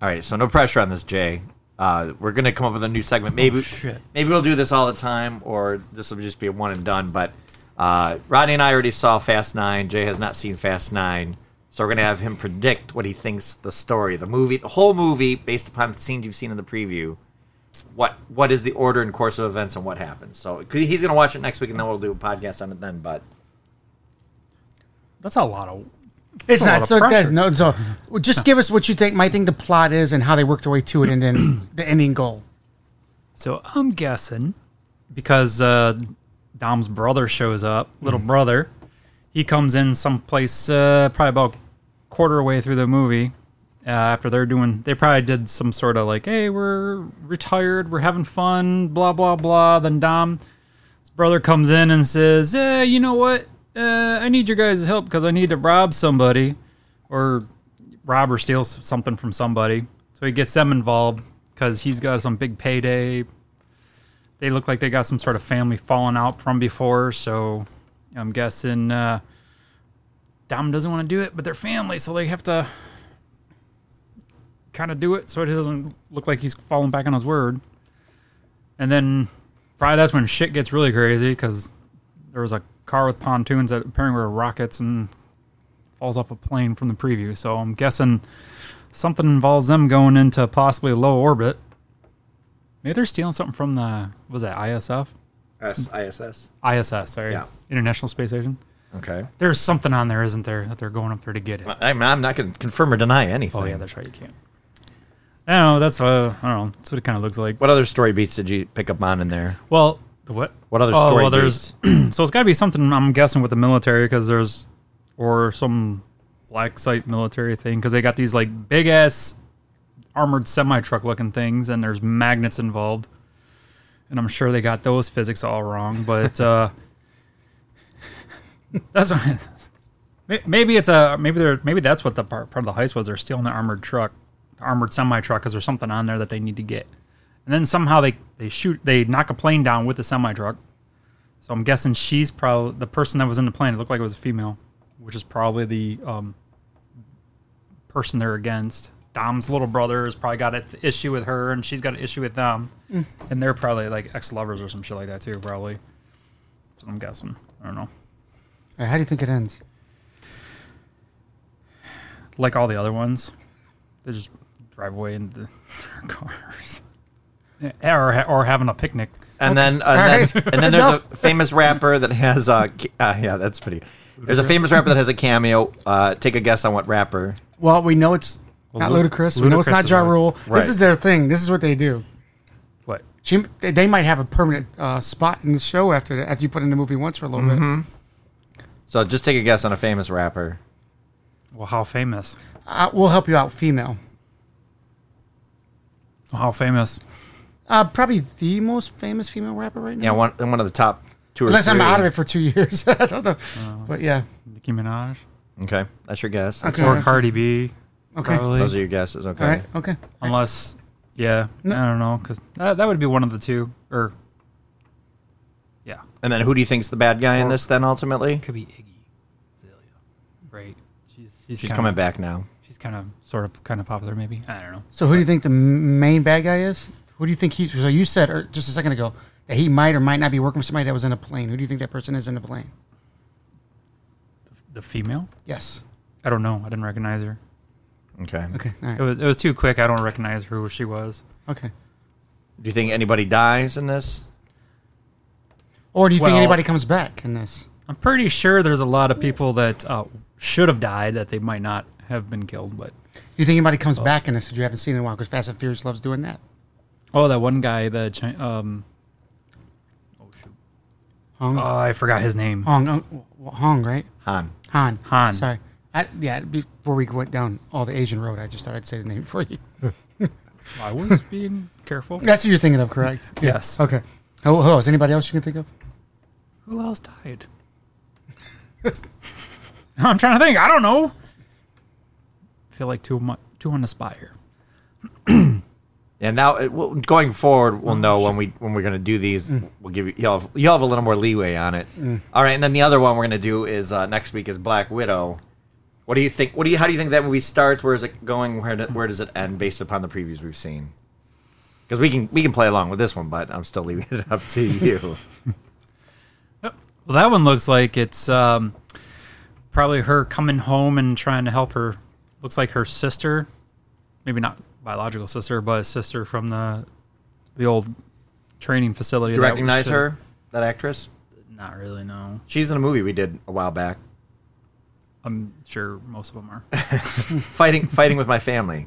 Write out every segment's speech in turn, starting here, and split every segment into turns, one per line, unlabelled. All right, so no pressure on this, Jay. Uh, we're gonna come up with a new segment. Maybe
Oh, shit.
maybe we'll do this all the time, or this will just be a one and done. But uh, Rodney and I already saw Fast Nine. Jay has not seen Fast Nine, so we're gonna have him predict what he thinks the story, the movie, the whole movie, based upon the scenes you've seen in the preview. What what is the order and course of events and what happens? So 'cause he's gonna watch it next week, and then we'll do a podcast on it then. But
That's a lot of.
It's
a lot
not
of
so
pressure.
good. No, so well, just give us what you think. My think the plot is and how they worked their way to it, and then the ending goal.
So I'm guessing because uh, Dom's brother shows up, little brother, he comes in someplace uh, probably about quarter way through the movie. Uh, after they're doing, they probably did some sort of like, "Hey, we're retired, we're having fun, blah blah blah." Then Dom's brother comes in and says, "Hey, you know what? Uh, I need your guys' help because I need to rob somebody, or rob or steal something from somebody." So he gets them involved because he's got some big payday. They look like they got some sort of family falling out from before, so I'm guessing uh, Dom doesn't want to do it, but they're family, so they have to kind of do it so it doesn't look like he's falling back on his word. And then probably that's when shit gets really crazy because there was a car with pontoons that apparently were rockets and falls off a plane from the preview. So I'm guessing something involves them going into possibly low orbit. Maybe they're stealing something from the what was that ISF?
S I S S.
ISS, sorry,
Yeah.
International Space Station.
Okay,
There's something on there, isn't there, that they're going up there to get it?
I'm, I'm not gonna confirm or deny anything.
Oh yeah, that's right. You can't. I don't know. That's uh, I don't know. That's what it kind of looks like.
What other story beats did you pick up on in there?
Well, the what?
What other
Oh,
story
well, there's so it's got to be something. I'm guessing with the military because there's or some black site military thing because they got these like big ass armored semi truck looking things and there's magnets involved, and I'm sure they got those physics all wrong. But uh, that's what it is. May- maybe it's a maybe they're maybe that's what the part part of the heist was. They're stealing the armored truck, armored semi truck because there's something on there that they need to get. And then somehow they, they shoot, they knock a plane down with a semi truck. So I'm guessing she's probably the person that was in the plane. It looked like it was a female, which is probably the um, person they're against. Dom's little brother has probably got an issue with her, and she's got an issue with them. And they're probably like ex lovers or some shit like that, too, probably. So I'm guessing. I don't know.
All right, how do you think it ends?
Like all the other ones, they just drive away in the- their cars. Yeah, Or, or having a picnic.
And then, and, then and then there's a famous rapper that has a ca- uh, yeah, that's pretty. There's a famous rapper that has a cameo. Uh, take a guess on what rapper?
Well, we know it's not
Lu-
ludicrous. We know it's
Ludacris
not
is
Ja
always-
Rule.
Right.
This is their thing. This is what they do.
What?
She, they they might have a permanent uh, spot in the show after that, after you put in the movie once for a little bit.
So just take a guess on a famous rapper.
Well, how famous?
Uh, we'll help you out, female.
Well, how famous?
Uh, probably the most famous female rapper right now.
Yeah, one one of the top two or
Unless
three.
I'm out of it for two years. I don't know. But yeah.
Nicki Minaj
Okay, that's your guess.
Okay.
or Cardi B?
Okay.
probably.
Those are your guesses. Okay.
All right. Okay.
Unless, yeah, I don't know, because that, that would be one of the two, or yeah,
And then who do you think's the bad guy in this? Then ultimately,
could be Iggy Azalea, right? She's she's,
she's
kinda-
coming back now.
She's kind of sort of kind of popular, maybe. I don't know.
So who do you think the m- main bad guy is? Who do you think he's? So you said or just a second ago that he might or might not be working for somebody that was in a plane. Who do you think that person is in the plane?
The female?
Yes.
I don't know. I didn't recognize her.
Okay.
Okay. All
It
right.
was it was too quick. I don't recognize who she was.
Okay.
Do you think anybody dies in this?
Or do you think
Well-
anybody comes back in this?
I'm pretty sure there's a lot of people that uh, should have died that they might not have been killed, but
Do you think anybody
uh,
comes back in this that you haven't seen in a while? Because Fast and Furious loves doing that.
oh, that one guy, the Chi- um, oh shoot.
Hong,
Oh, I forgot his name.
Hong, Hong, Hong, right?
Han.
Han.
Han.
Sorry. I, yeah. Before we went down all the Asian road, I just thought I'd say the name for you.
I was being careful.
That's what you're thinking of, correct? Yeah.
Yes.
Okay. Who, who else? Anybody else you can think of?
Who else died? I'm trying to think. I don't know. feel like too much, too on the spot here.
And now, it, well, going forward, we'll know when we when we're going to do these. We'll give you you'll have, you'll have a little more leeway on it. All right, and then the other one we're going to do is uh, next week is Black Widow, What do you think? What do you? How do you think that movie starts? Where is it going? Where do, where does it end? Based upon the previews we've seen, because we can we can play along with this one, but I'm still leaving it up to you.
Well, that one looks like it's um, probably her coming home and trying to help her. Looks like her sister, maybe not biological sister, but a sister from the the old training facility.
Do you
that
recognize
was-
her? That actress?
Not really. No,
She's in a movie we did a while back.
I'm sure most of them are.
Fighting fighting with my family.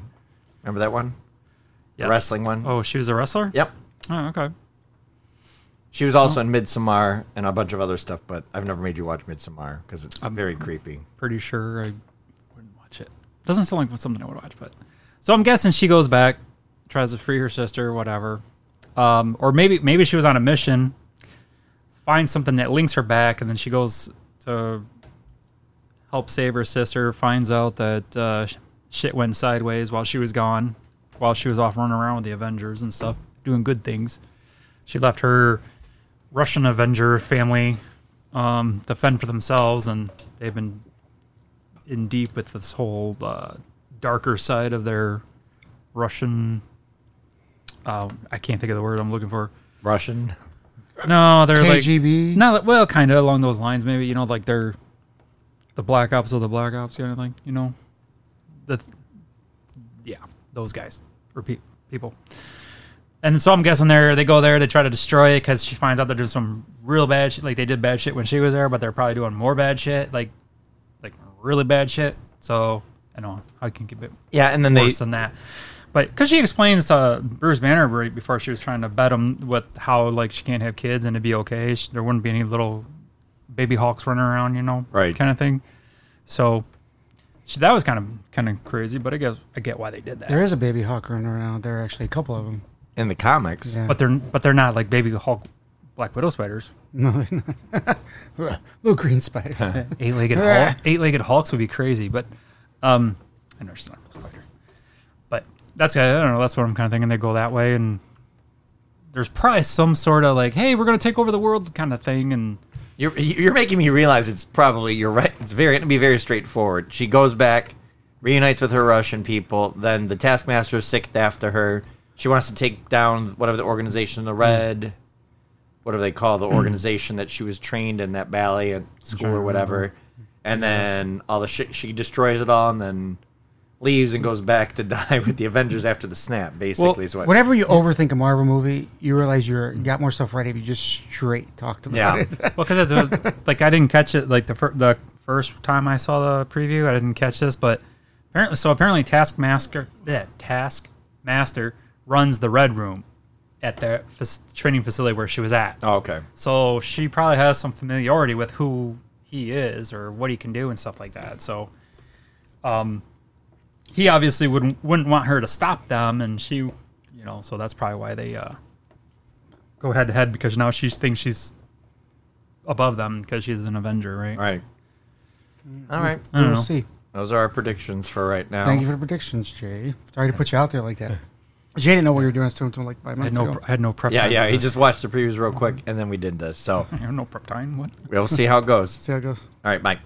Remember that one?
Yes.
Wrestling one.
Oh, she was a wrestler.
Yep.
Oh, okay.
She was also in Midsommar and a bunch of other stuff, but I've never made you watch Midsommar because it's very creepy.
Pretty sure I wouldn't watch it. Doesn't sound like something I would watch, but so I'm guessing she goes back, tries to free her sister, whatever. Um, or maybe maybe she was on a mission, finds something that links her back, and then she goes to help save her sister. Finds out that uh, sh- shit went sideways while she was gone, while she was off running around with the Avengers and stuff, doing good things. She left her Russian Avenger family um, to fend for themselves, and they've been in deep with this whole uh, darker side of their Russian. Uh, I can't think of the word I'm looking for.
Russian.
No, they're
KGB?
like no, well, kind of along those lines. Maybe you know, like they're the Black Ops of the Black Ops kind of thing. You know, the yeah, those guys or pe- people. And so I'm guessing they they go there to try to destroy it because she finds out they're doing some real bad shit. Like they did bad shit when she was there, but they're probably doing more bad shit. Like like really bad shit. So I know I can get it
Yeah, and then
worse
they
than that. But because she explains to Bruce Banner right before she was trying to bet him with how like she can't have kids and it'd be okay. She, there wouldn't be any little baby hawks running around, you know,
Right.
kind of thing. So she, that was kind of kind of crazy, but I guess I get why they did that.
There is a baby hawk running around there. Actually, a couple of them.
in the comics.
Yeah.
but they're but they're not like baby Hulk, Black Widow spiders.
Little green spider.
eight legged Hulk, eight legged Hulks would be crazy, but um, I know she's not a real spider. But that's I don't know. That's what I'm kind of thinking. They go that way, and there's probably some sort of like, hey, we're gonna take over the world kind of thing, and
You're you're making me realize it's probably you're right. It's very it'll be very straightforward. She goes back, reunites with her Russian people. Then the Taskmaster is sick after her. She wants to take down whatever the organization,
Hmm.
the Red, whatever they call the organization that she was trained in that ballet at school or whatever. And then all the shit she destroys it all, and then leaves and goes back to die with the Avengers after the snap. Basically, is what.
Whenever you overthink a Marvel movie, you realize you're, you got more stuff right if you just straight talked about
Yeah.
it.
well, because like I didn't catch it like the fir- the first time I saw the preview, I didn't catch this, but apparently, so apparently, Taskmaster, yeah, Taskmaster runs the Red Room at the fac- training facility where she was at.
Oh, okay.
So she probably has some familiarity with who he is or what he can do and stuff like that. So, um, he obviously wouldn't wouldn't want her to stop them, and she, you know, so that's probably why they uh, go head to head because now she thinks she's above them because she's an Avenger, right?
All right. All right.
I don't
We'll
know.
see.
Those are our predictions for right now.
Thank you for the predictions, Jay. Sorry to put you out there like that. Jay didn't know what you were doing until until, like five
I had
months
no,
ago.
I had no prep.
Yeah,
time
yeah.
for
He
this.
just watched the previews real quick, and then we did this. So
I had no prep time. What?
we'll see how it goes.
See how it goes.
All right, Mike.